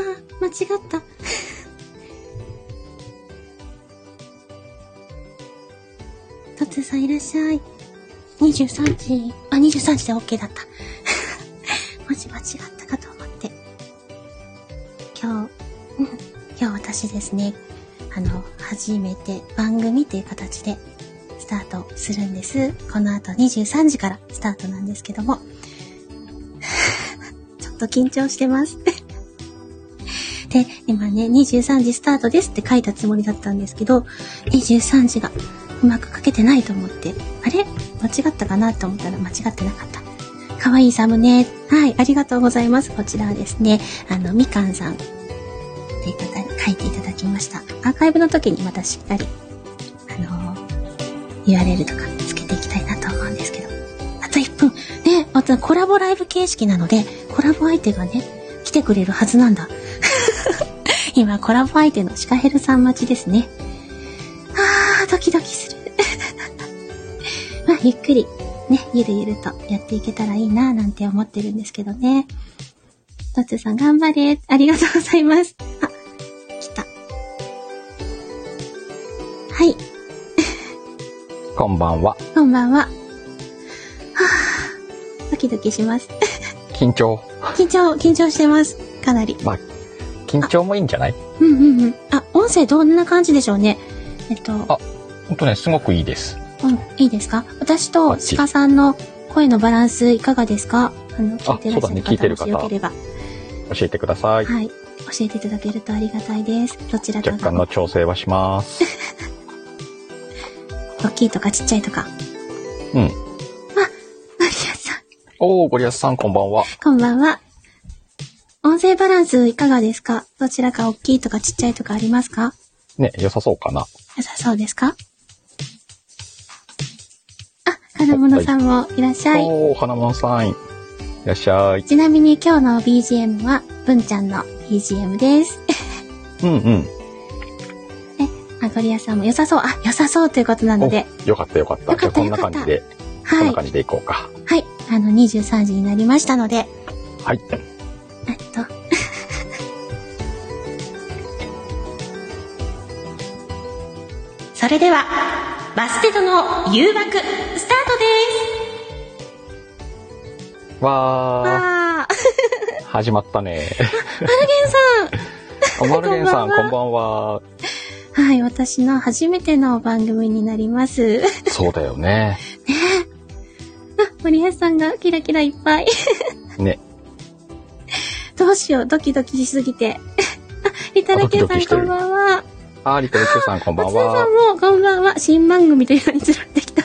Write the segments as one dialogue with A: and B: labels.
A: 違った。トツーさんいらっしゃい。23時、あ、23時で OK だった。もし間違った かと思って。今日、うん、今日私ですね、あの、初めて番組という形でスタートするんです。この後23時からスタートなんですけども。 ちょっと緊張してます。で、今ね、23時スタートですって書いたつもりだったんですけど、23時がうまく書けてないと思って、あれ間違ったかなと思ったら間違ってなかった。かわいいサムネ。はい、ありがとうございます。こちらはですね、あの、みかんさんという方に書いていただきました。アーカイブの時にまたしっかり、あの URL とかつけていきたいなと思うんですけど。あと1分。ね、あとコラボライブ形式なので、コラボ相手がね、来てくれるはずなんだ。今、コラボ相手のシカヘルさん待ちですね。あー、ドキドキする。 まあ、ゆっくり、ね、ゆるゆるとやっていけたらいいな、なんて思ってるんですけどね。トッツーさん頑張れ。ありがとうございます。あ、来た。はい。
B: こんばんは。
A: こんばんは。はぁ、ドキドキします。
B: 緊張。
A: 緊張、緊張してます。かなり。
B: 緊張もいいんじゃない
A: うんうんうん。あ、音声どんな感じでしょうね。えっと、
B: ほんとね、すごくいいです。
A: うん、いいですか私と
B: バッチリ
A: 鹿さんの声のバランスいかがですかあの、聞いてらっしゃ
B: そうだね
A: る
B: 聞いてる
A: 方
B: 方
A: もしよければ、
B: 教えてください。
A: はい。教えていただけるとありがたいです。どちらか
B: 若干
A: が
B: の調整はします。
A: 大きいとかちっちゃいとか。
B: うん
A: あ、マリアさん、
B: おー、ゴリアスさんこんばんは。
A: こんばんは。音声バランスいかがですかどちらか大きいとかちっちゃいとかありますか
B: ね、良さそうかな。
A: 良さそうですかあ、金物さんもいらっしゃい。
B: おー、花物さん。いらっしゃい。
A: ちなみに今日の BGM は、文ちゃんの BGM です。
B: うんうん。
A: あ、ゴリアさんも良さそう。あ、良さそうということなので。
B: よかったよかった。
A: よか
B: じ
A: った
B: ゃあこんな感じで、こん
A: はい。
B: な
A: は
B: 感じでいこうか。
A: い。あの、23時になりましたので、
B: はい。
A: えっと。 それでは、バステドの誘惑、スタートです
B: わ
A: わー。
B: ー、始まっ たね。
A: ケンさん
B: おまるげんさん、
A: こ
B: こ
A: ん
B: んばんは。
A: はい、私の初めての番組になります。
B: そうだよね。
A: 森谷さんがキラキラいっぱい。
B: ね。
A: どうしよう、ドキドキしすぎて。 あリタラケンさ
B: あドキド
A: ん
B: キして
A: こん
B: る
A: ばんは。
B: あー、リトルチューさん、こんばん
A: 松田さ
B: は
A: ん。もこんばんは。新番組というのに連れてき た。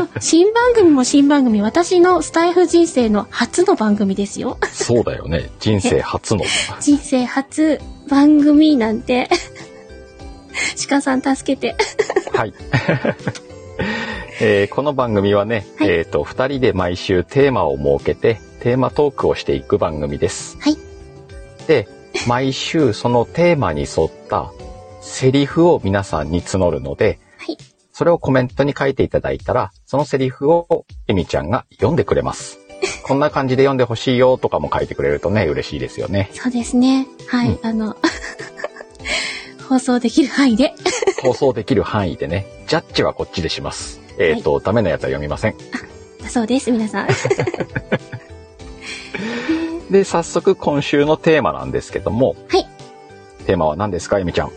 A: あ新番組も新番組。私のスタイフ人生の初の番組です よ。
B: そうだよね。人生初の。
A: 人生初番組なんて。 鹿さん助けて。
B: はい。 えーこの番組はね、
A: はい
B: えっ、と、二人で毎週テーマを設けて、テーマトークをしていく番組です。
A: はい
B: で、毎週そのテーマに沿ったセリフを皆さんに募るので、
A: はい
B: それをコメントに書いていただいたら、そのセリフをエミちゃんが読んでく れます。こんな感じで読んでほしいよとかも書いてくれるとね、嬉しいですよね。
A: そうですね。はい。
B: うん
A: あの、 放送できる範囲で。
B: 放送できる範囲でね、ジャッジはこっちでします。えっ、と、ダメなやつは読みません。
A: だそうです、皆さん。
B: で、早速今週のテーマなんですけども。
A: はい
B: テーマは何ですか、ゆみちゃん。
A: え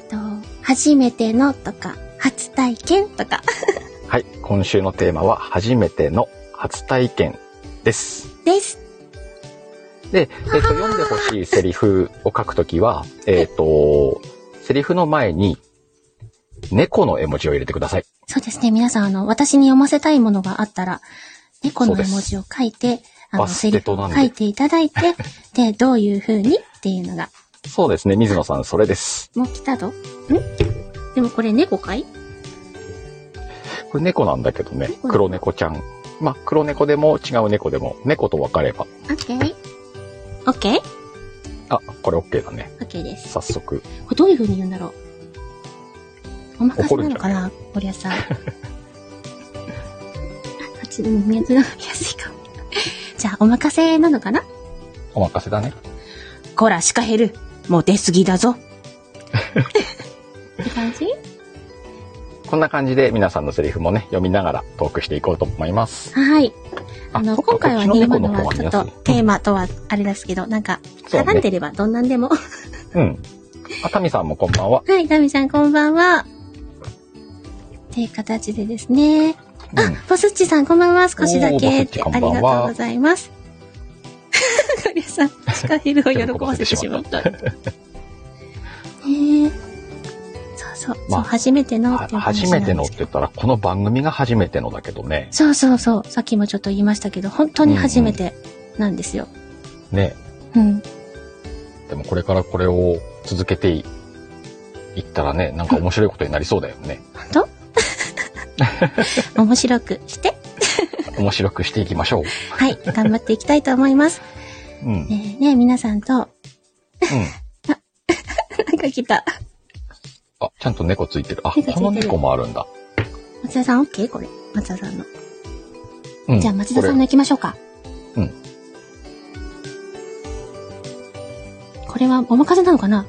A: っと、初めてのとか、初体験とか
B: はい。今週のテーマは、初めての初体験です。
A: です。
B: で、えっと、読んでほしいセリフを書くときは、えっと、セリフの前に、猫の絵文字を入れてください。
A: そうですね、皆さん、あの、私に読ませたいものがあったら、猫の絵文字を書いて、あの、
B: バス
A: セ
B: テ
A: リフ
B: とな
A: を
B: んで
A: 書いていただい て、で、どういう風にっていうのが、
B: そうですね、水野さん、それです。
A: もう来たどんでもこれ猫かい
B: これ猫なんだけどね、
A: 猫
B: 黒猫ちゃん。まあ、黒猫でも違う猫でも、猫と分かれば、
A: オッケーオッケー
B: あ、これ OK だね。
A: オッケーです。
B: 早速。
A: これどういう風に言うんだろうお任せなのか
B: 怒
A: なゴリアスさ ん。あこっち、うん水飲みやすいかも。じゃあ、お任せなのかな
B: お任せだね。
A: こら、鹿減る。もう出過ぎだ ぞ。って感じ
B: こんな感じで皆さんのセリフもね、読みながらトークしていこうと思います。
A: はい。あの、
B: そっ
A: 今
B: か
A: 回は
B: こっ
A: ね、
B: ち
A: 今
B: 猫
A: の
B: 方
A: はちょっ
B: 皆
A: と
B: さん
A: テーマとはあれですけど、なんか、
B: そう
A: 絡んで
B: ね。
A: ればどんなんでも。
B: うん。あ、タミさんもこんばんは。
A: はい、ダミさんこんばんは。っていう形でですね。
B: う
A: あ
B: ん。、
A: ボスッチさんこんばんは、少しだ
B: おーボス
A: け。
B: ッ
A: っ
B: チ
A: て
B: こん
A: あ
B: ば
A: り
B: んは
A: がとうございます。 カリアさん、シカヘルを喜ばせてしま った。ねえ。そうそう、
B: ま
A: そう、
B: あ
A: 初めての
B: は
A: っていう
B: 初
A: 話な
B: め
A: ん
B: て
A: で
B: のっ
A: す
B: て
A: け
B: 言っ
A: ど。
B: たら、この番組が初めてのだけどね。
A: そうそうそう、さっきもちょっと言いましたけど、本当に初めてなんですよ。
B: ね。
A: うん。
B: でもこれからこれを続けていいったらね、なんか面白いことになりそうだよね。
A: 本当面白くして。
B: 面白くしていきましょう。
A: はい、頑張っていきたいと思います。
B: うん。うん。
A: ねえねえ、皆さんと、なんか来た。
B: あ、ちゃんと猫ついてる。あ、
A: 猫ついてる
B: この猫もあるんだ。
A: 松田さん OK? これ。松田さんの。
B: うん。
A: じゃあ松田さんの
B: こ
A: 行きましょうか。
B: うん。
A: これはお任せなのかな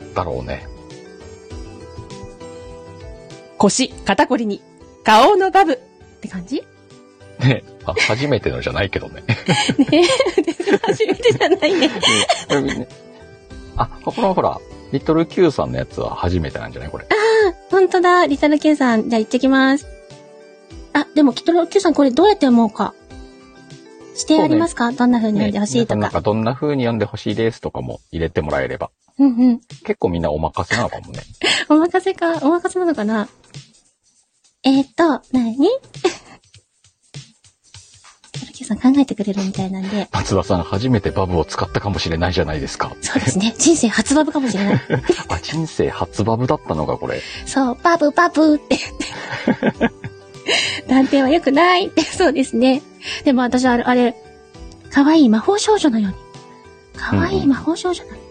B: れだろうね。
A: 腰、肩こりに、顔のバブって感じ
B: ね。あ、初めてのじゃないけどね。
A: ねえ、 初めてじゃないね。
B: これねあ、このほら、リトル Q さんのやつは初めてなんじゃないこれ。
A: ほんとだ、リタル Q さん。じゃあ行ってきます。あ、でもきっと Q さんこれどうやって思うか。指定ありますか、どんな風に
B: ね
A: 読んでほしいと
B: なん
A: か。
B: かどんな風に読んでほしいですとかも入れてもらえれば。
A: うんうん。
B: 結構みんなお任せなのかもね。
A: お任せか、お任せなのかなえー、っと、なにル キューさん考えてくれるみたいなんで、
B: 松田さん初めてバブを使ったかもしれないじゃないですか。
A: そうですね。人生初バブかもしれない。
B: あ、人生初バブだったのがこれ。
A: そう、バブバブ って言って。断定は良くないって、そうですね。でも私あれ、あれ、可愛い魔法少女のように。可愛い魔法少女のように。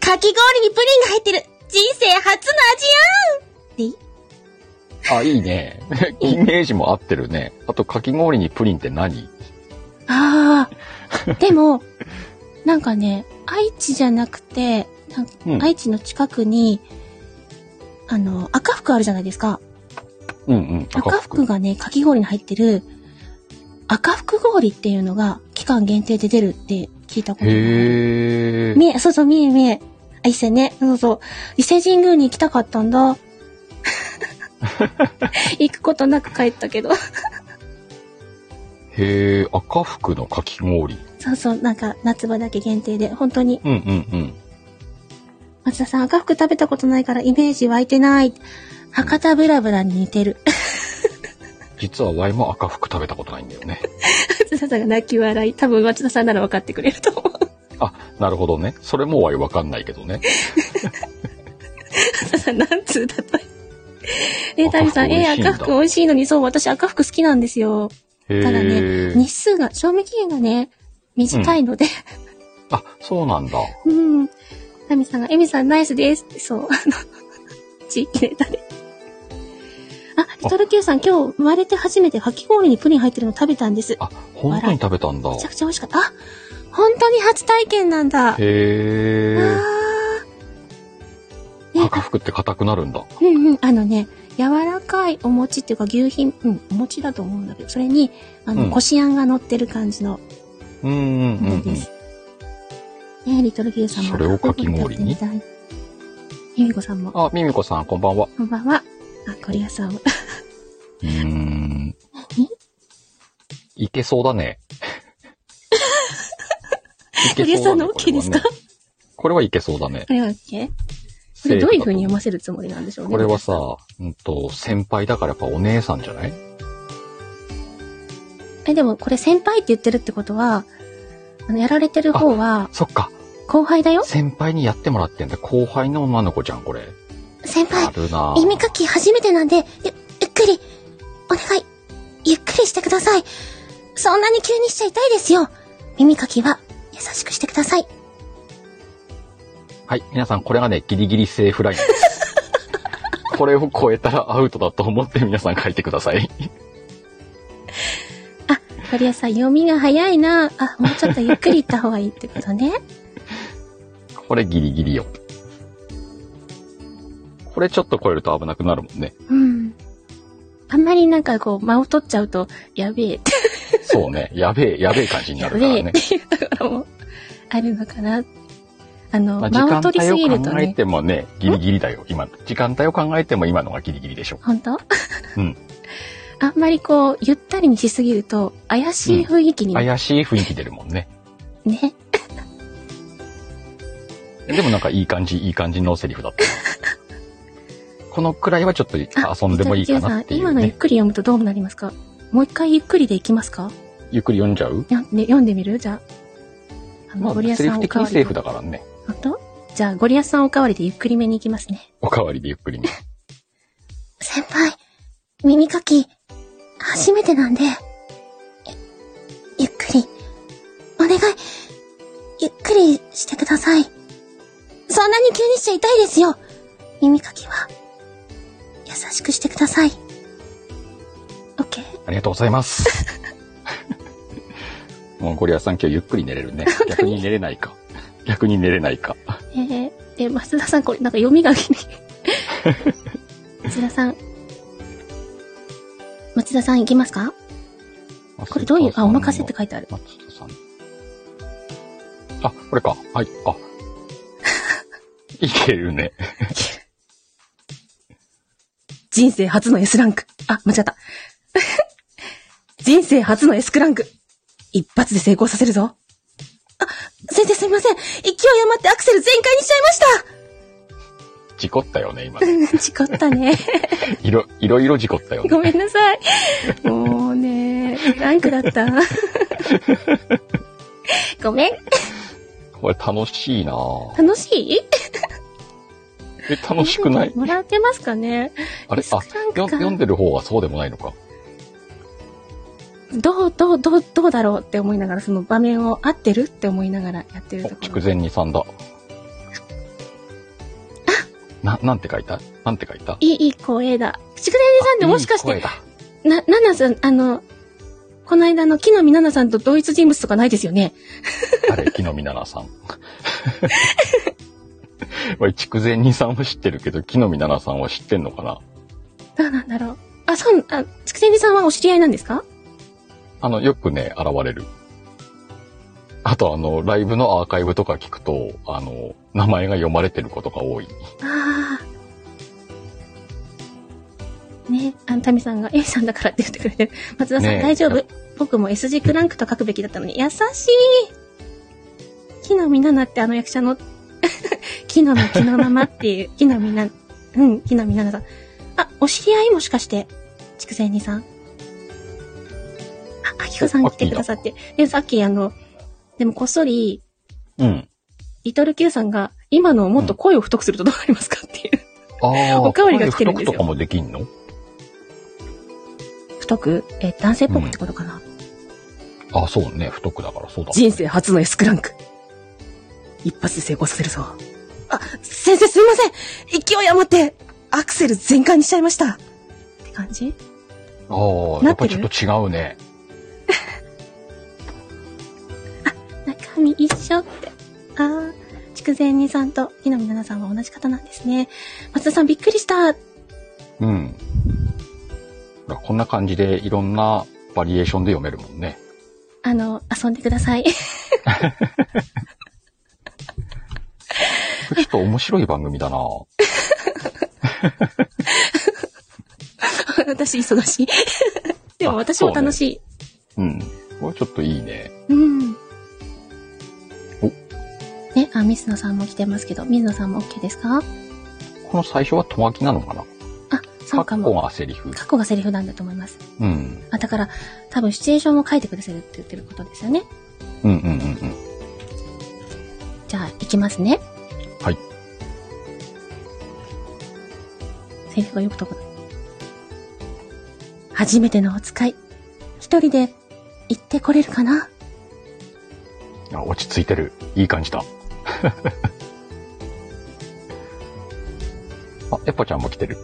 A: かき氷にプリンが入ってる人生初の味やんって
B: あ、いいね。 イメージも合ってるね。あと、かき氷にプリンって何
A: ああ。でも、なんかね、愛知じゃなくて、なんか
B: うん
A: 愛知の近くに、あの、赤福あるじゃないですか。
B: うんうん。
A: 赤福がね、かき氷に入ってる、赤福氷っていうのが期間限定で出るって聞いたことがある。
B: へえ。
A: みえ、そうそう、みえみえ。あ、伊勢ね。そうそう。伊勢神宮に行きたかったんだ。行くことなく帰ったけど。
B: へえ、赤福のかき氷。
A: そうそう、なんか夏場だけ限定で、本当に
B: うんうんうん。
A: 松田さん、赤服食べたことないからイメージ湧いてない。博多ブラブラに似てる。
B: 実はワイも赤福食べたことないんだよね。
A: 松田さんが泣き笑い。多分松田さんなら分かってくれると思う。
B: あ、なるほどね。それもワイわかんないけどね。
A: 松田さん、 なんつうだと。え、
B: 赤
A: タ
B: 福
A: ミさん、
B: 美味
A: え
B: しいんだ
A: ー、赤服美味しいのに、そう、私赤服好きなんですよ。
B: へ
A: ただ
B: え。
A: 日数が、賞味期限がね、短いので。
B: あ、そうなんだ。
A: うん。タミさんが、エミさんナイスです。そう、 あの、地域ネタで。あ、リトル Q さん、今日生まれて初めてかき氷にプリン入ってるの食べたんです。
B: あ、本当に食べたんだ
A: め。ちゃくちゃ美味しかった。あ、本当に初体験なんだ。
B: へえ。
A: あーね
B: 赤福って硬くなるんだ。
A: うんうん、あのね、柔らかいお餅っていうか牛品、うん、お餅だと思うんだけど、それに、あ
B: う
A: の、
B: ん
A: こしあんが乗ってる感じの
B: うんうんうんう
A: もので
B: ん
A: す。。ねリトルギューさんも。
B: それをかき氷に
A: 食べてみたいゆみこさんも、
B: あ、ミミコさん、こんばんは。
A: こんばんは。あ、コリア さんも。
B: うーん。いけそう だね。い
A: 堀江さんの
B: これは
A: OK ですか
B: これはいけそうだね。
A: これは OK? これどういう風に読ま
B: せ
A: せるつもりなんでしょうね。
B: これはさ、うんと、先輩だからかお姉さんじゃない
A: え、でもこれ先輩って言ってるってことは、あの、やられてる方は
B: そっか。
A: 後輩だよ
B: 先輩にやってもらってんだ。後輩の女の子じゃん、これ。
A: 先輩
B: あるなぁ
A: 意味書き初めてなんで、ゆ、ゆっくり、お願い、ゆっくりしてください。そんなに急にしちゃ痛いですよ。耳かきは優しくしてください。
B: はい。皆さん、これがね、ギリギリセーフラインです。これを超えたらアウトだと思って皆さん書いてください。
A: あ、マリアさん、読みが早いな。あ、もうちょっとゆっくり行った方がいいってことね。
B: これギリギリよ。これちょっと超えると危なくなるもんね。
A: うん。あんまりなんかこう、間を取っちゃうと、やべえって、
B: そうね。やべえ、やべえ感じにな
A: や
B: る
A: べ
B: か
A: え
B: ら
A: っ
B: ね。
A: ていうところもあるのかな。あの、
B: まあ、時
A: 間
B: 間
A: を取りすぎ
B: 帯を
A: ると
B: 考え
A: ね、
B: てもね、ギリギリだよ、今。時間帯を考えても今のがギリギリでしょ。
A: 本当
B: うん。
A: あんまりこう、ゆったりにしすぎると、怪しい雰囲気に、ね。
B: 怪しい雰囲気出るもんね。でもなんかいい感じ、いい感じのセリフ だった。このくらいはちょっと遊んでもいいかなってい
A: じゃあジュンさん今
B: う
A: のゆっ
B: ね。
A: くり読むとどうなりますかもう一回ゆっくりでいきますか
B: ゆっくり読んじゃう
A: や、ね、読んでみるじゃあ。あの、
B: まあ、
A: ゴリアス
B: セリ
A: さん
B: フ
A: お
B: 的
A: かわ
B: に
A: り
B: セ
A: で。
B: リフだからね。
A: 本当じゃあ、ゴリアスさんおかわりでゆっくりめに行きますね。
B: おかわりでゆっくりね。
A: 先輩、耳かき、初めてなんで、ゆっくり、お願い、ゆっくりしてください。そんなに急にしちゃ痛いですよ耳かきは、優しくしてください。オッケー
B: ありがとうござ います。もうゴリアスさん今日ゆっくり寝れるね。逆に寝れないか。逆に寝れないか。
A: えー、で、増田さん、これ、なんか読みが 気に。増田さん。松田さん、いきますか これどういう、あ、お任せって書いてある。
B: 松田さん。あ、これか。はい。あ。いけるね。
A: 人生初の S ランク。あ、間違った。 人生初の S クランク。一発で成功させるぞ。あ、先生すみません。勢い余ってアクセル全開にしちゃ
B: 事故ったよね、今。
A: いました。 事故ったね。
B: いろ、いろいろ事故ったよ ね。
A: ごめんなさい。もうね、ランクだ った。ごめん。
B: これ楽しいなぁ
A: 楽しい
B: え、楽しくない
A: もらってますかね
B: あれ
A: S
B: あ
A: クランクか
B: よ、読んでる方はそうでもないのか。
A: どう、どう、どう、どうだろうって思いながら、その場面を合ってるって思いながらやってる
B: お
A: とこ
B: 筑
A: ろ。
B: 前煮さ んだ。な、なんて書いたなんて書いた
A: いい、いい声だ。筑前煮さんってもしかし
B: あいい
A: て、
B: 声だ
A: な、ななさん、あの、この間の木の実ななさんと同一人物とかないですよね。
B: あれ、木の実奈々さん。 俺、筑前煮さんは知ってるけど、木の実奈々さんは知ってんのかな
A: どうなんだろう。あ、そう、あ、筑前煮さんはお知り合いなんですか
B: あの、よくね、現れる。あと、あの、ライブのアーカイブとか聞くと、あの、名前が読まれてることが多い。
A: ああ。ね、あの、タミさんが A さんだからって言ってくれてる。 松田さん、
B: ねえ
A: 大丈夫
B: や
A: 僕も S 字クランクと書くべきだったのに、優しい木の実ななってあの役者の、 木の実木のままっていう、 木の実な、うん、木の実ななさん。あ、お知り合いもしかして、筑前煮さん。あ、あきこさん来てくださって。で、さっきあの、でもこっそり、
B: うん。
A: リトル Q さんが、今のをもっと声を太くするとどうなりますかっていう。
B: ああ、
A: おかわりが来てるんですよ
B: 声太くとかもできんの
A: 太く、えー男性っぽくってことかな、
B: あ、そうね、太くだからそうだ。
A: 人生初の S クランク。一発で成功させるぞ。あ、先生すいません勢い余って、アクセル全開にしちゃいましたって感じ
B: ああ、やっぱりちょっと違うね。
A: 中身一緒って。あー、筑前煮さんと木の実奈々さんは同じ方なんですね。松田さんびっくりした
B: うん。ほらこんな感じでいろんなバリエーションで読めるもんね。
A: あの、遊んでください。
B: これちょっと面白い番組 だな
A: 私忙 しい。でも私も楽しい。
B: うん。これちょっといいね。
A: うん。
B: お
A: ね、あ、水野さんも来てますけど、水野さんも OK ですか
B: この最初はとまきなのかな
A: あ、そうか
B: カッコ
A: も。
B: がセリフ。
A: 過去がセリフなんだと思います。
B: うん。
A: あ、だから、多分シチュエーションも書いてくださるって言ってることですよね。
B: うんうんうんうん。
A: じゃあ、行きますね。
B: はい。
A: セリフがよくとこない。初めてのお使い。一人で行ってこれるかな
B: あ、落ち着いてる。いい感じだ。 あ、エポちゃんも来てる。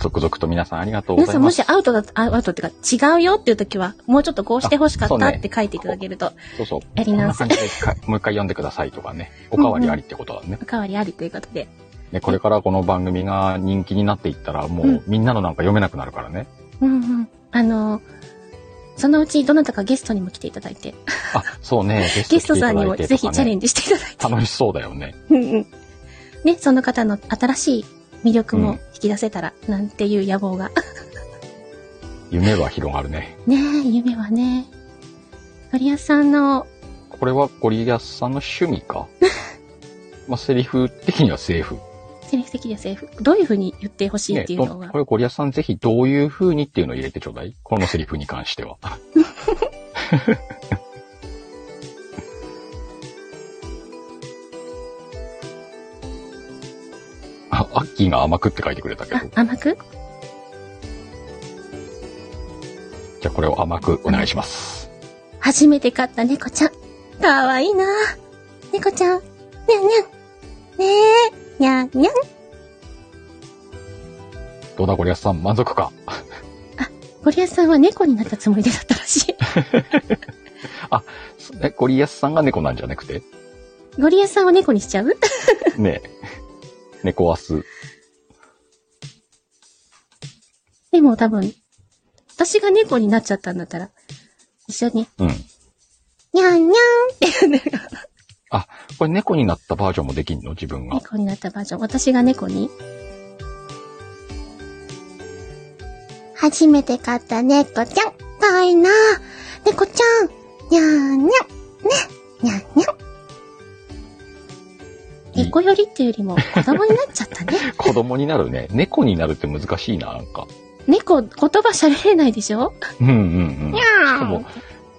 B: 続々と皆さんありがとうご
A: 皆
B: ざ
A: さ
B: い
A: んも
B: ま
A: し
B: す。
A: アウトだ、あアウトっていうか違うよっていう時は、もうちょっとこうして欲しか
B: あそ
A: っ
B: う
A: た
B: ね
A: って書いていただけると、
B: そうそう。
A: やり
B: こん
A: 直
B: な
A: せ
B: 感。じで一回もう一回読んでくださいとかね。おかわりありってことだね。
A: おかわりありということで。
B: で、これからこの番組が人気になっていったら、も
A: うん
B: うみんなのなんか読めなくなるからね。
A: うんうん。あの、そのうちどなたかゲストにも来ていただいて、
B: あ、そうね。
A: ゲ
B: ゲ
A: ス
B: ス
A: トさ
B: ト来ていた
A: んに
B: だ
A: も
B: いて
A: ぜひ
B: と
A: チャ
B: か
A: レ
B: ね。
A: ンジしていただいて。
B: 楽しそうだよね。
A: うんうん。ね、その方の新しい魅力も引き出せたら、なんていう野望が。
B: 夢は広がるね。
A: ねえ、夢はね。ゴリアスさんの、
B: これはゴリアスさんの趣味 かまあ、セリフ的にはセーフ。
A: セリフ的ではセーフ。どういう風に言ってほしいっていうの
B: ね
A: が
B: どこ。れゴリアスさんぜひどういう風にっていうのを入れてちょうだい。このセリフに関 しては。 あ、アッキーが甘くって書いてくれたけど
A: あ、。甘く
B: じゃあこれを甘くお願いします。
A: 初めて飼った猫ちゃん。かわいいな。猫ちゃん。にゃんにゃん。ねえ。にゃんにゃん。
B: どうだゴリアスさん満足か
A: ゴリアスさんは猫になったつもりでだったらしい。
B: え、ゴリアスさんが猫なんじゃな くて
A: ゴリアスさんを猫にしちゃう
B: ねえ。猫アス。
A: でも多分、私が猫になっちゃったんだったら、一緒に、
B: うん。
A: にゃんにゃんっていうのが、
B: これ猫になったバージョンもできんの 自分が。
A: 猫になったバージョン。私が猫に。初めて飼った猫ちゃん。かわいいな。猫ちゃん。にゃんにゃん。ね。にゃんにゃん。
B: いい
A: 猫よりっていうよりも子供になっちゃったね。
B: 子供になるね。猫になるって難しいな、なんか。
A: 猫、言葉喋れないでしょ
B: うんうんうん。し
A: ゃ
B: かも、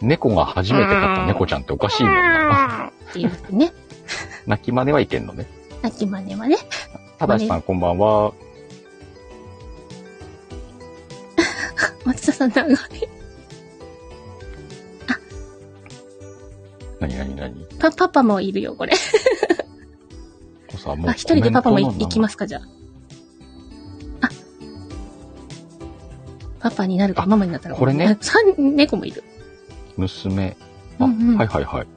B: 猫が初めて飼った猫ちゃんっておかしいもんな。
A: っていうね。
B: 泣き真似はいけんのね。
A: 泣き真似はね。
B: ただしさんこんばんは。
A: 松田さん長い。
B: なになになに
A: パ、パパもいるよ、これ。
B: こうさ、も
A: あ、
B: う。。
A: 一人でパパもい行きますすか、じゃあ。あ。パパになるか、ママになったら。
B: これね。
A: 三、猫もいる。
B: 娘。あ、
A: うんうん
B: はいはいはい。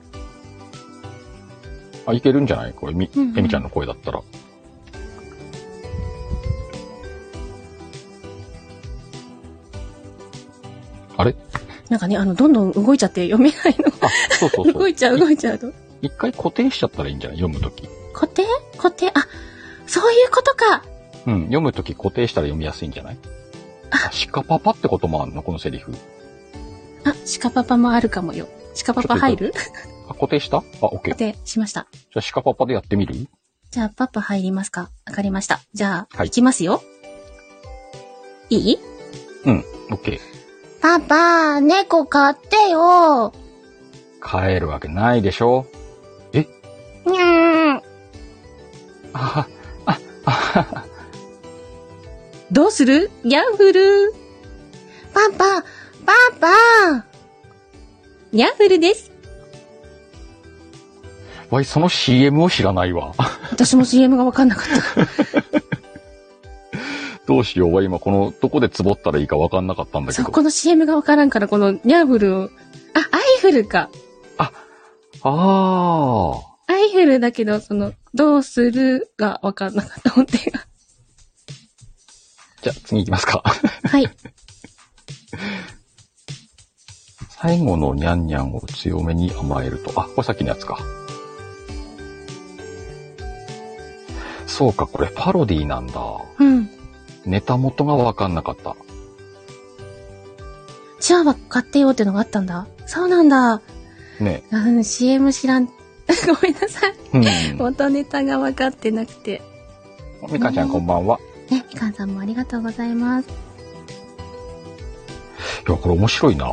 B: あ、いけるんじゃないこれ、み、
A: うんうん
B: えみちゃんの声だったら。あれ
A: なんかね、あの、どんどん動いちゃって読めない
B: あ、そうそう
A: の。
B: そ
A: 動
B: う。
A: いちゃう、動いちゃうと。
B: 一回固定しちゃったらいいんじゃない読むとき。
A: 固定固定あ、そういうことか。
B: うん、読むとき固定したら読みやすいんじゃないあ、鹿パパってこともあるのこのセリフ。
A: あ、鹿パパもあるかもよ。鹿パパ入る
B: あ、固定したあ、オッ
A: 固
B: ケー。じ
A: 定しました。
B: ゃあ鹿パパでやってみる
A: じゃあ、パパ入りますかわかりました。じゃあ、
B: はい
A: 行きますよ。いい
B: オッケ
A: パパ、猫買ってよ。
B: ー。帰るわけないでしょ
A: にゃん。
B: あ、あ、あ、
A: どうするギャンフル。パパ、パパ。ギャンフルです。
B: わい、その CM を知らないわ。
A: 私も CM がわかんなかった。
B: どうしよう。わい、今この、どこでつぼったらいいかわかんなかったん だけ
A: そう、
B: ど。
A: この CM がわからんから、このギャンフルを。あ、アイフルか。
B: あー。
A: アイフルだけど、その、どうするがわかんなかった、本当に。
B: じゃあ次行きますか。
A: はい。
B: 最後のニャンニャンを強めに甘えると。あ、これさっきのやつか。そうか、これパロディなんだ。
A: うん。
B: ネタ元がわかんなかった。
A: チワワ買ってよってのがあったんだ。そうなんだ。
B: ね
A: うん、CM 知らん。ご めんなさい。
B: うん。
A: 元ネタが分かってなくて。
B: みかんちゃんこんばんは。
A: ね、みかんさんもありがとうございます。
B: いや、これ面白いな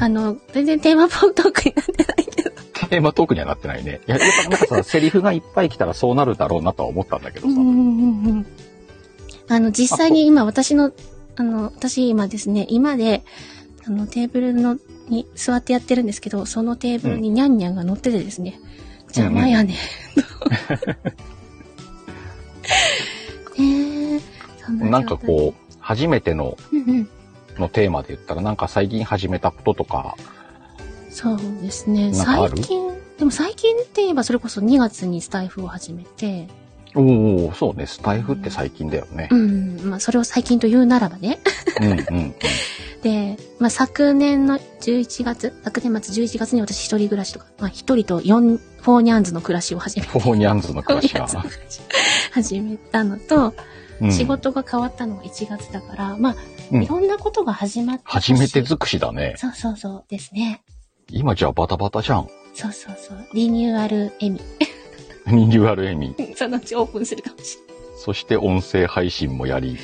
A: あの、全然テーマポートークになってないけど。
B: テーマトークにはなってないね。いや、やっぱなんかさ、セリフがいっぱい来たらそうなるだろうなとは思ったんだけど
A: うん
B: さ。
A: うんうんうん。あの、実際に今私の、あの、私今ですね、今で、あの、テーブルの、に座ってやってるんですけど、そのテーブルにニャンニャンが乗っててですね、邪魔やねん。ねえ、
B: なんかこう、初めての、
A: う。うんうん。
B: のテーマで言ったら、なんか最近始めたこととか、
A: そうですね。
B: なんかあ
A: 最
B: る
A: 近、でも最近って言えばそれこそ2月にスタイフを始めて、
B: おおそうね、スタイフって最近だよね
A: う。ん、まあそれを最近と言うならばね。
B: うんうんうん。
A: で、まあ昨年の11月、昨年末11月に私一人暮らしとか、まあ一人と4、フォーニャンズの暮らしを始め、
B: フォーニャンズの暮らしが。
A: 始めたのと、
B: うん
A: 仕事が変わったのが1月だから、まあ、
B: うん
A: いろんなことが始まってたし
B: 初めて尽くしだね。
A: そうそうそうですね。
B: 今じゃあバタバタじゃん。
A: そうそうそう。リニューアルエミ。
B: リニューアルエミ。
A: そのうちオープンするかもしれな
B: そして音声配信もやり、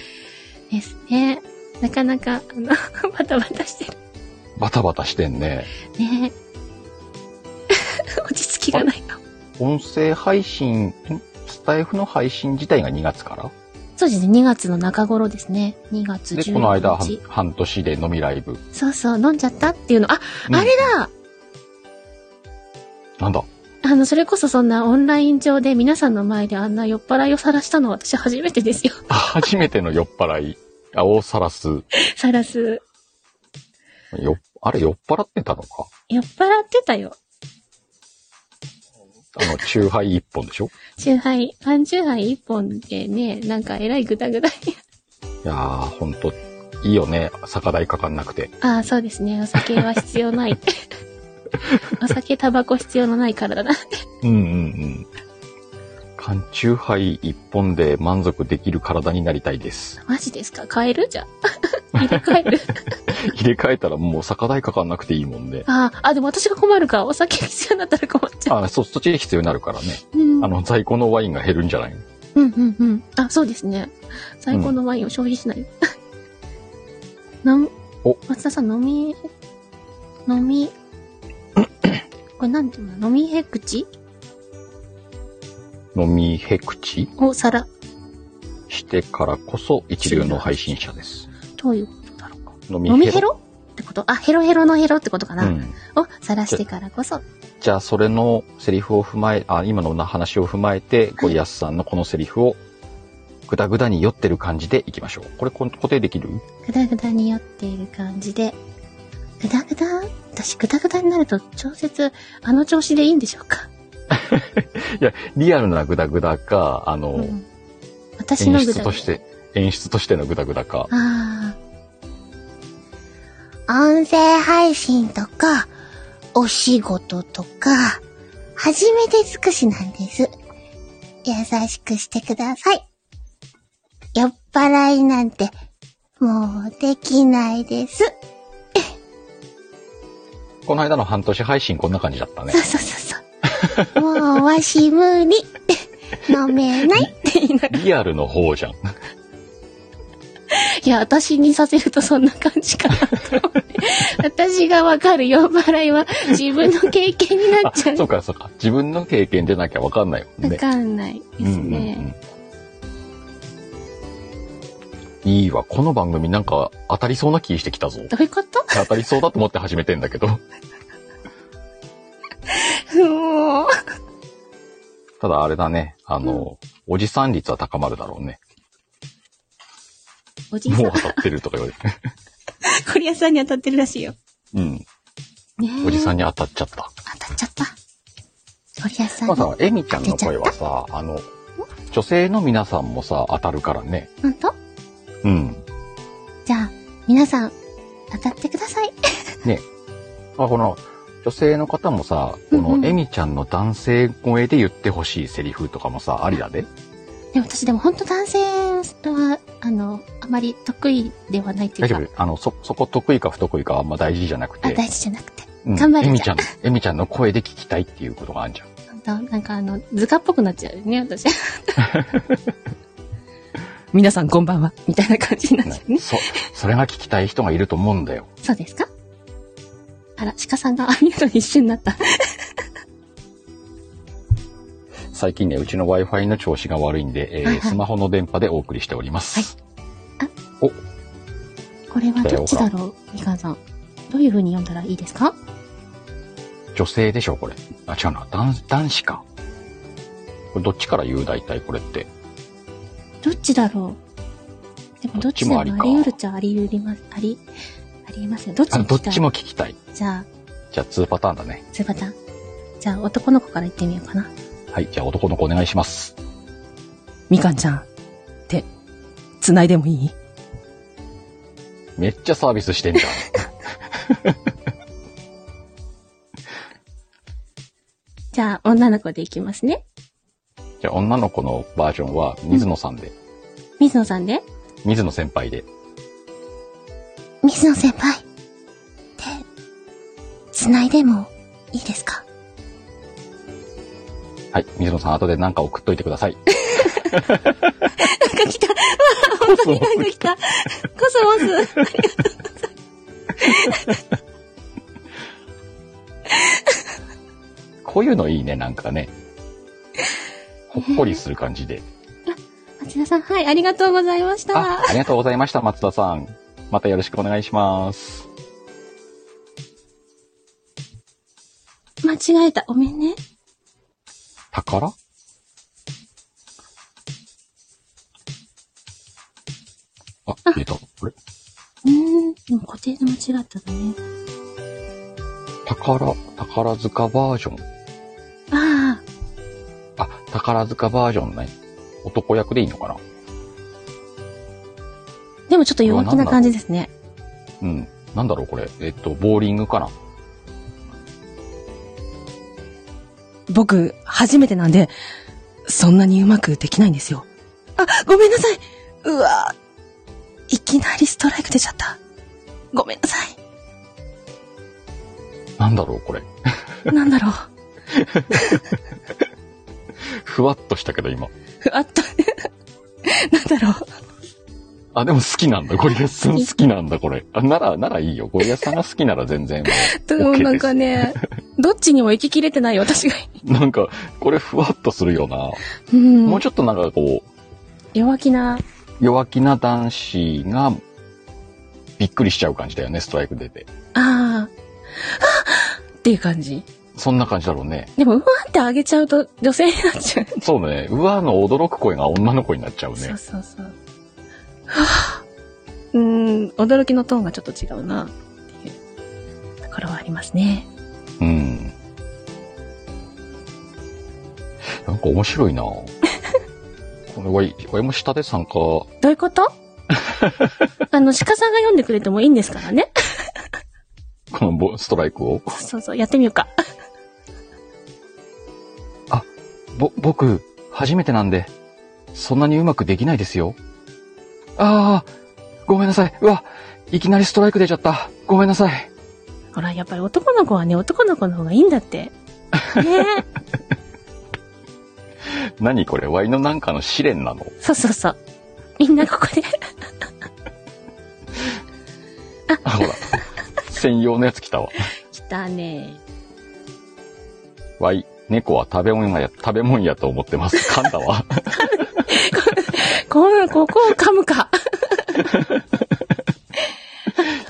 A: い。ですね。なかなか、あの、 バタバタしてる。
B: バタバタしてんね。
A: ね落ち着きがないかも。
B: 音声配信、んスタイフの配信自体が2月から
A: そうですね。2月の中頃ですね。2月
B: で、この
A: 15
B: 間半
A: 日。
B: 半年で飲みライブ。
A: そうそう、飲んじゃったっていうの。あ、
B: うん
A: あれだ
B: なんだ
A: あの、それこそそんなオンライン上で皆さんの前であんな酔っ払いを晒したのは私初めてですよ。
B: あ初めての酔っ払い。あ、大さらす。
A: 晒す。
B: よ、あれ酔っ払ってたのか
A: 酔っ払ってたよ。
B: あの、チューハイ一本でしょ
A: 中杯、パン中杯一本でね、なんかえらいグダグダに。
B: いやー、ほんと、いいよね。酒代かかんなくて。
A: ああ、そうですね。お酒は必要ない。 お酒、タバコ必要のない体だな。
B: うんうんうん。缶チューハイ一本で満足できる体になりたいです。
A: マジですか買えるじゃあ。 入れ替える
B: 入れ替えたらもう酒代かかんなくていいもんで。
A: ああ、あ、でも私が困るか。お酒必要になったら困っちゃ
B: あ、そ、そっちで必要になるからね。
A: う。うん。
B: あの、在庫のワインが減るんじゃないの
A: うんうんうん。あ、そうですね。最高のワインを消費しない。 飲み、
B: お
A: 松田さん飲み、飲み、これなんていうの飲みへ口
B: 飲みへ口
A: を皿
B: してからこそ一流の配信者です。
A: どういうことだろうか。
B: 飲
A: 飲みヘ
B: ロ
A: ロってことあ、ヘロヘロのヘロってことかな、
B: うん。
A: を晒してからこそ。
B: じゃあ、それのセリフを踏まえ、あ、今の話を踏まえて、ゴリアスさんのこのセリフを、ぐだぐだに酔ってる感じでいきましょう。これ、こん固定できる
A: ぐだぐだに酔っている感じで。ぐだぐだ私、ぐだぐだになると調節、あの調子でいいんでしょうか、
B: リアルなグダグダか、あの、
A: うん、私
B: 演
A: のぐ
B: 出
A: だ
B: と
A: ぐ
B: し
A: だ。
B: て、演出としてのグダグダか。
A: ああ。音声配信とか、お仕事とか、初めて尽くしなんです。優しくしてください。酔っ払いなんて、もうできないです。
B: この間の半年配信こんな感じだったね
A: そう。そうそうそう。もうわし無理。飲めないって言いながら。
B: リアルの方じゃん。
A: いや、私にさせるとそんな感じかなと思って。私がわかる酔っ払いは自分の経験になっちゃ
B: あ、
A: う。
B: そうかそうか。自分の経験でなきゃわかんないもん
A: わ
B: ね。
A: かんないです
B: うんうんう
A: ね。
B: んいいわ。この番組なんか当たりそうな気してきたぞ。
A: どういうこと
B: 当たりそうだと思って始めてんだけど。
A: もう。
B: ただあれだね。あの、おじさん率は高まるだろうね。
A: おじいさん
B: もう、当たってるとか言わ れて。
A: コリアさんに当たってるらしいよ。
B: うん。
A: ねえ
B: おじさん
A: に。
B: に当たっちゃった。
A: 当たっちゃった。コリアさん
B: まあ
A: に。
B: さ、エミちゃんの声はさ、あの、女性の皆さんもさ、当たるからね。
A: ほんと
B: うん。
A: じゃあ、皆さん、当たってください。
B: まあ、この、女性の方もさ、
A: う
B: こ
A: んうん
B: の、エミちゃんの男性声で言ってほしいセリフとかもさ、ありだで。
A: でも私でも本当男性は、あの、あまり得意ではないってい
B: 大
A: う
B: 丈
A: か、
B: 夫あの、そ、そこ得意か不得意かはあんま大事じゃなく
A: あ、
B: て。
A: 大事じゃなくて。
B: うん
A: 頑張る
B: エミちゃん、エミちゃんの声で聞きたいっていうことがあるじゃん。
A: 本当なんかあの、図鑑っぽくなっちゃうよね、私。
C: 皆さんこんばんは。
A: みたいな感じになっちゃうね。
B: そ、 それが聞きたい人がいると思うんだよ。
A: そうですかあら、鹿さんがアミュートに一瞬になった。
B: 最近ね、うちの Wi-Fi の調子が悪いんで、えー
A: はいはい
B: スマホの電波でお送りしております。
A: これはどっちだろうみかんさん。どういう風に読んだらいいですか
B: 女性でしょ、これ。あ、違うな。男、男子か。これどっちから言う大体これって。
A: どっちだろうでもどっちでもあり
B: どっちもありか
A: 得るっちゃあり得ります、あり、ありえますね。どっち
B: あ
A: も
B: ど
A: 聞
B: っ
A: きたい。
B: ちも聞きたい。
A: じゃあ、
B: じゃあ、2パターンだね。
A: つばたん。じゃあ、男の子から言ってみようかな。
B: はい。じゃあ、男の子お願いします。
C: みかんちゃん、手、繋いでもいい
B: めっちゃサービスしてんじゃん。
A: じゃあ、女の子でいきますね。
B: じゃあ、女の子のバージョンは、水野さんで、
A: 水野さんで。
B: 水野先輩で。
A: 水野先輩。手、繋いでもいいですか
B: はい。水野さん、後で何か送っといてください。
A: なんか来た。わあ本当になんか来た。コスモス。ありがとうございます。
B: こういうのいいね、なんかね。ほっこりする感じで。
A: 町田さん、はい、あり がとうございました。
B: あ、ありがとうございました、松田さん。またよろしくお願いします。
A: 間違えた。ごめんね。
B: 宝あ、消えた。あれ
A: うーん、でも固定で間違っただね。
B: 宝、宝塚バージョン。
A: ああ、
B: あ、宝塚バージョンね。男役でいいのかな
A: でもちょっと弱気な感じですね。
B: うん。なんだろう、これ。えっと、ボーリングかな
C: 僕、初めてなんで、そんなにうまくできないんですよ。あ、ごめんなさい。うわいきなりストライク出ちゃった。ごめんなさ
B: なんだろう、これ。
C: い。なんだろう。
B: ふわっとしたけど、今。
C: ふわっと。 なんだろう。
B: あ、でも好きなんだ。ゴリアスさん好きなんだ、これ。あ、なら、ならいいよ。ゴリアスさんが好きなら全然。
C: で
B: OK
C: も
B: です
C: なんかね、どっちにも行ききれてない私が。
B: なんか、これふわっとするよな。
C: うん
B: もう。ちょっとなんかこう、
C: 弱気な。
B: 弱気な男子が、びっくりしちゃう感じだよね、ストライク出て。
C: ああ。っていう感じ。
B: そんな感じだろうね。
C: でも、うわって上げちゃうと女性になっちゃう。
B: そうね。うわの驚く声が女の子になっちゃう
C: そ
B: ね
C: う。そうそう。はあうーん、驚きのトーンがちょっと違うな、っていうところはありますね。
B: うん。なんか面 白いなこれはいい、これも下で参加。
A: どういうこと あの、鹿さんが読んでくれてもいいんですから ね。
B: このボストライクを。
A: そうそう、やってみようか。
B: ぼ、僕、初めてなんで、そんなにうまくできないですよ。ああ、ごめんなさい。うわ、いきなりストライク出ちゃった。ごめんなさい。
C: ほら、やっぱり男の子はね、男の子の方がいいんだって。
A: ね
B: 何これ、ワイのなんかの試練なの
C: そうそうそう。
A: みんなここで。
B: あ、ほら。専用のやつ来たわ。
A: 来たね。
B: ワイ、猫は食べ物や、食べ物やと思ってます。噛んだわ。
C: こん、ここを噛む か。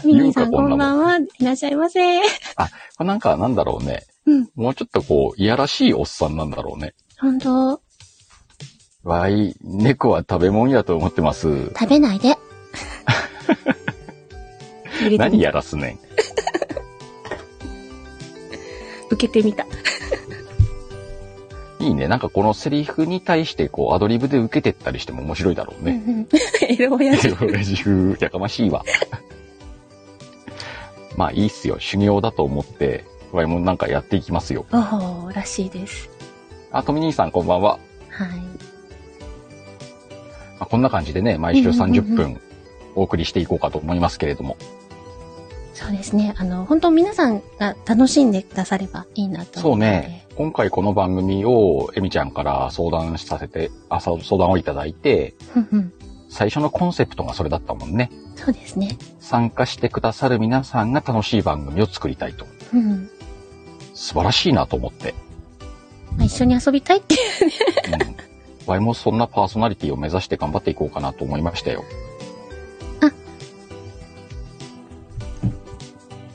A: ミニーさん
B: 言うか
A: こ
B: こんなん
A: ばんは。いらっしゃいませ。
B: なんか、なんだろうね。
A: うん
B: もうちょっとこう、いやらしいおっさんなんだろうね。
A: 本当
B: わい、猫は食べ物やと思ってます。
A: 食べないで。
C: 入れて
B: 何
C: み
B: やらすねん。
C: 受けてみた。
B: いいね。なんかこのセリフに対して、こう、アドリブで受けてったりしても面白いだろ うね。
A: うんうん
C: エロ親父。
B: 親父風、やかましいわ。まあいいっすよ。修行だと思って、わいもなんかやっていきますよ。
A: おー、らしいです。
B: あ、とみ兄さんこんばんは。
A: はい。
B: まあ、こんな感じでね、毎週
A: うんうんうん
B: 30分お送りしていこうかと思いますけれども。
A: そうですね。あの、本当皆さんが楽しんでくださればいいなと
B: そ
A: 思
B: う
A: って。
B: ね。。今回この番組をエミちゃんから相談させて、あ、そう相談をいただいて、
A: うんうん。
B: 最初のコンセプトがそれだったもんね。
A: そうですね。
B: 参加してくださる皆さんが楽しい番組を作りたいと。
A: うん。
B: 素晴らしいなと思って。
A: まあ、一緒に遊びたいっていう。
B: うん。ワイもそんなパーソナリティを目指して頑張っていこうかなと思いましたよ。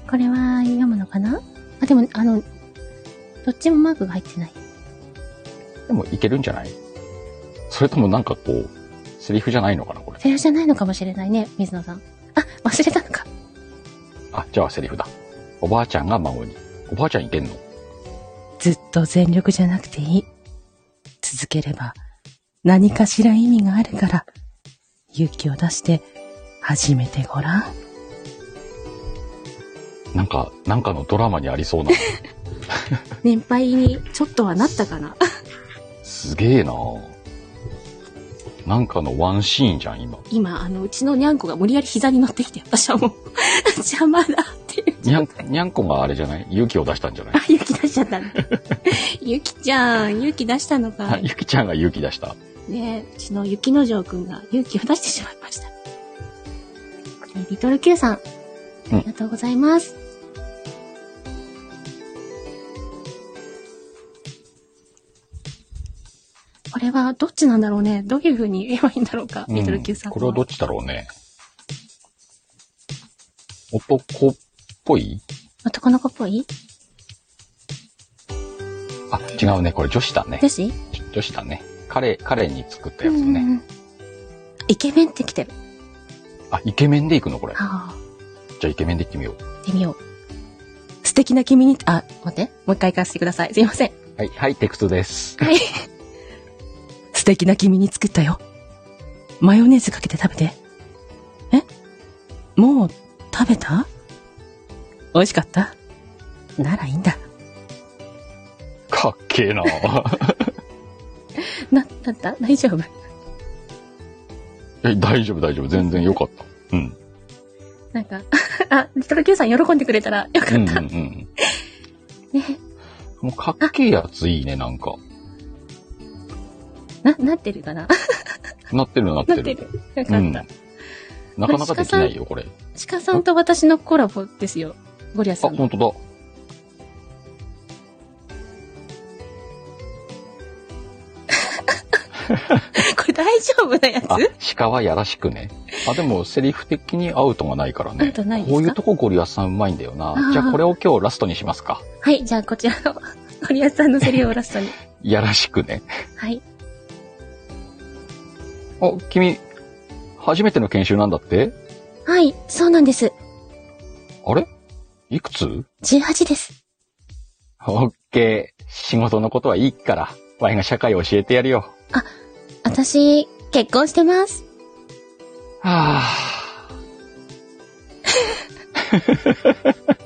A: これは読むのかなあ、でも、あの、どっちもマークが入ってない。
B: でもいけるんじゃないそれともなんかこう、セリフじゃないのかな、これ。
A: セリフじゃないのかもしれないね、水野さん。あ、忘れたのか。
B: あ、じゃあセリフだ。おばあちゃんが孫に。おばあちゃんいけんの
C: ずっと全力じゃなくていい。続ければ何かしら意味があるから、勇気を出して始めてごらん。
B: なんか、なんかのドラマにありそうな。
A: 年配にちょっとはなったかな。
B: すげえななんかのワンシーンじゃん、今。
A: 今、あの、うちのにゃんこが無理やり膝に乗ってきて、私はもう、邪魔だっていう。
B: にゃん、にゃんこがあれじゃない勇気を出したんじゃない
A: あ、勇気出しちゃった。ゆきちゃん、勇気出したのか
B: あ。ゆきちゃんが勇気出した。
A: ねうちの雪の城くんが勇気を出してしまいました。えーリトル Q さん、あ
B: うん
A: りがとうございます。これはどっちなんだろうね。どういう風に言えばいいんだろうか、リトル Q さん
B: これはどっちだろうね。男っぽい
A: 男の子っぽい
B: あ、違うね。これ女子だね
A: 女。子
B: 女女子だね。彼、彼に作ったやつね。
A: イケメンってきてる。
B: あ、イケメンで行くのこれ。じゃ
A: ああ、
B: あイケメンで行ってみよ
A: 行ってみよう。
C: 素敵な君に、あ、
A: 待って、もう一回行かせてください。すいません。
B: う。はい、はい、テクストです。
A: はい。
C: 素敵な君に作ったよ。マヨネーズかけて食べて。えもう食べた美味しかったならいいんだ。
B: かっけえな
A: な、なった大丈夫
B: え、大丈夫、大丈夫。全然良かった。うん。
A: なんか、 あ、リトル Q さん喜んでくれたらよかった。
B: うんうんう
A: ね。
B: ん。もうかっけえやついいね、なんか。
A: な、なってるかな
B: なってるなって
A: なっ
B: る。
A: てる。よ
B: う
A: かっ
B: ん。
A: た
B: な。かなかできないよ、これ。
A: 鹿さんと私のコラボですよ。ゴリアス
B: あ、
A: さんの。
B: ほんとだ。
A: これ大丈夫なやつ
B: あ、鹿はやらしくね。あ、でも、セリフ的にアウトがないから
A: アウ
B: ね。
A: トないですか
B: こういうとこゴリアスさんうまいんだよ
A: あ
B: な。
A: ー
B: じゃあこれを今日ラストにしますか。
A: はい、じゃあこちらの ゴリアスさんのセリフをラストに。
B: やらしくね。
A: はい。
B: あ、君、初めての研修なんだって
A: はい、そうなんです。
B: あれいくつ
A: 18です。
B: オッケー。仕事のことはいいから、ワイが社会を教えてやるよ。
A: 私、結婚してます。
B: は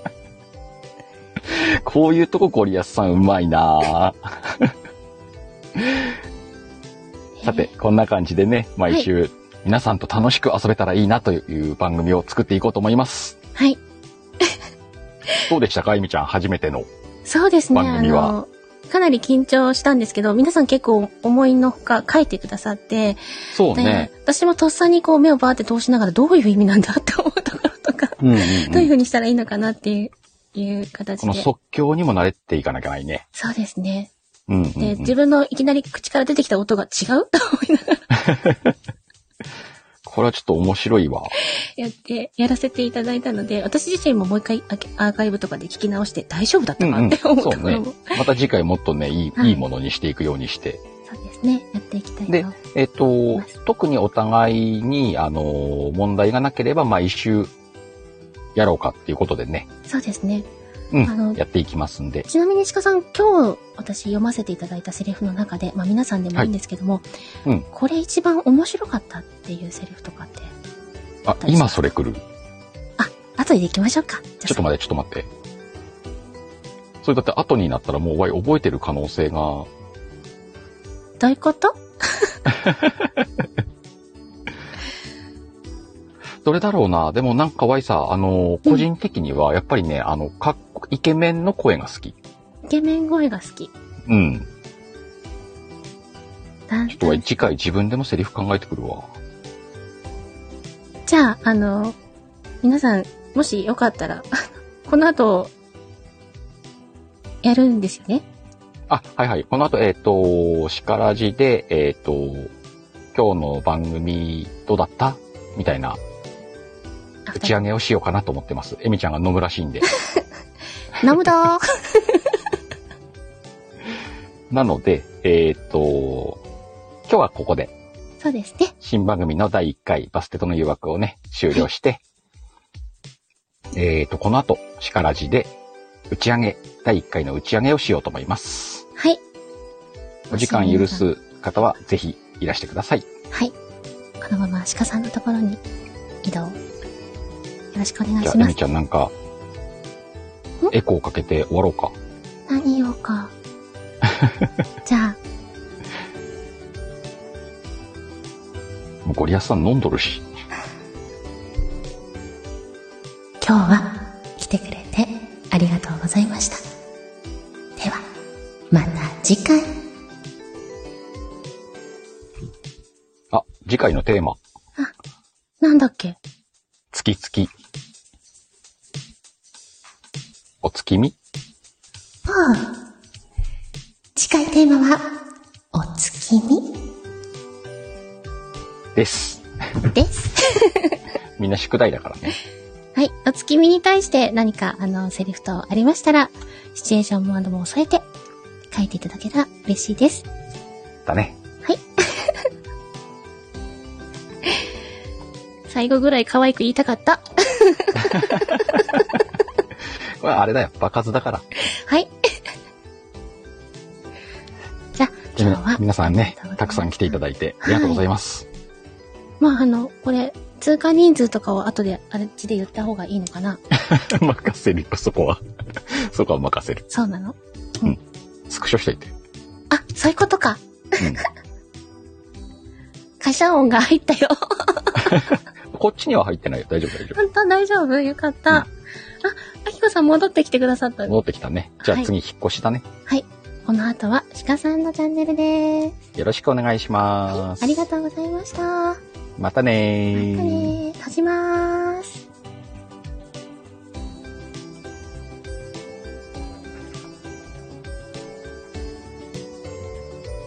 B: ぁ。こういうとこゴリアスさんうまいなぁさて、こんな感じでね、毎週皆さんと楽しく遊べたらいいなという番組を作っていこうと思います。
A: えー。はい。
B: どうでしたか、ゆみちゃん、初めての。
A: そうですね、
B: 番
A: あ
B: 組は
A: の、かなり緊張したんですけど、皆さん結構思いのほか書いてくださって、
B: そう
A: で
B: ね。
A: 私もとっさにこう目をバーって通しながらどういう意味なんだって思うところとか、
B: うん
A: ど
B: うん
A: ういう
B: うん
A: 風にしたらいいのかなっていういう形
B: こ
A: で
B: の。即興にも慣れていかなきゃないね。
A: そうですね。
B: うんうんうん
A: で、自分のいきなり口から出てきた音が違うと思いながら
B: これはちょっと面白いわ。
A: やって、やらせていただいたので、私自身ももう一回アーカアーカイブとかで聞き直して大丈夫だったかって思うところも。
B: また次回もっとね、いい、
A: はい
B: いいものにしていくようにして。
A: そうですね。やっていきたい
B: で
A: と。
B: えっと
A: ます、
B: 特にお互いに、あの、問題がなければ毎週やろうかっていうことでね、
A: そうですね。
B: う
A: あの
B: ん、やっていきますんで。
A: ちなみに鹿さん、今日私読ませていただいたセリフの中で、まあ皆さんでもいいんですけども、
B: はいうん
A: これ一番面白かったっていうセリフとかって、
B: あ、今それ来る。
A: 後で行きましょうか。
B: ちょっと待って、ちょっと待って。それだって後になったらもうわい覚えてる可能性が、
A: って。どういうこと
B: どれだろうな。でもなんかわいさ、あの、個人的にはやっぱりね、あの、かっこイケメンの声が好き。
A: イケメン声が好き。
B: うん。
A: だん
B: ちょっとわい次回自分でもセリフ考えてくるわ。
A: じゃあ、あの、皆さん、もしよかったら、 この後、やるんですよね。
B: あ、はいはい。この後、えっ、と、しからじで、えっ、と、今日の番組どうだったみたいな
A: あ
B: 打ち上げをしようかなと思ってます。エミちゃんが飲むらしいんで。
A: ナムだー
B: なので、えっ、と、今日はここで。
A: そうですね。
B: 新番組の第1回バステとの誘惑をね、終了して、えーと、この後、シカラジで、打ち上げ、第1回の打ち上げをしようと思います。
A: はい。
B: お時間許す方は、ぜひ、いらしてください。
A: はい。このまま鹿さんのところに移動。よろしくお願い
B: じゃ
A: し
B: あ、エ
A: ま
B: ミ
A: す。
B: ちゃんなんか、エコーかけて終わろうか。
A: 何ようか。 じゃあ、
B: もうゴリアスさん飲んどるし。
A: 今日は来てくれてありがとうございました。では、また次回。
B: あ、次回のテーマ、
A: なんだっけ
B: 月々。お月見
A: 次回テーマは、お月見
B: です。
A: です。
B: みんな宿題だからね。
A: はい。お月見に対して何か、あの、セリフ等ありましたら、シチュエーションもなども添えて、書いていただけたら嬉しいです。
B: だね。
A: 最後ぐらい可愛く言いたかった。
B: これあれだよ。場数だから。
A: はい。 じゃあ、
B: み
A: 今日
B: な
A: は、
B: 皆さんね、たくさん来ていただいてありがとうござ います。
A: まあ、あの、これ、通過人数とかを後で、あれっちで言った方がいいのかな
B: 任せるよ、そこは。そこは任せる。
A: そうなの
B: スクショしといて。
A: あ、そういうことか。
B: うん
A: 会社音が入ったよ。
B: こっちには入ってないよ。大丈夫、大丈
A: 本当大丈夫よかった。
B: うん
A: あ、あきこさん戻ってきてくださった
B: 夫。
A: ね
B: 戻ってきたね。じゃあ
A: はい
B: 次、引っ越しだね。
A: この後は、鹿さんのチャンネルです。
B: よろしくお願いします。
A: ありがとうございました。ま
B: またね
A: たねー。閉じまーす。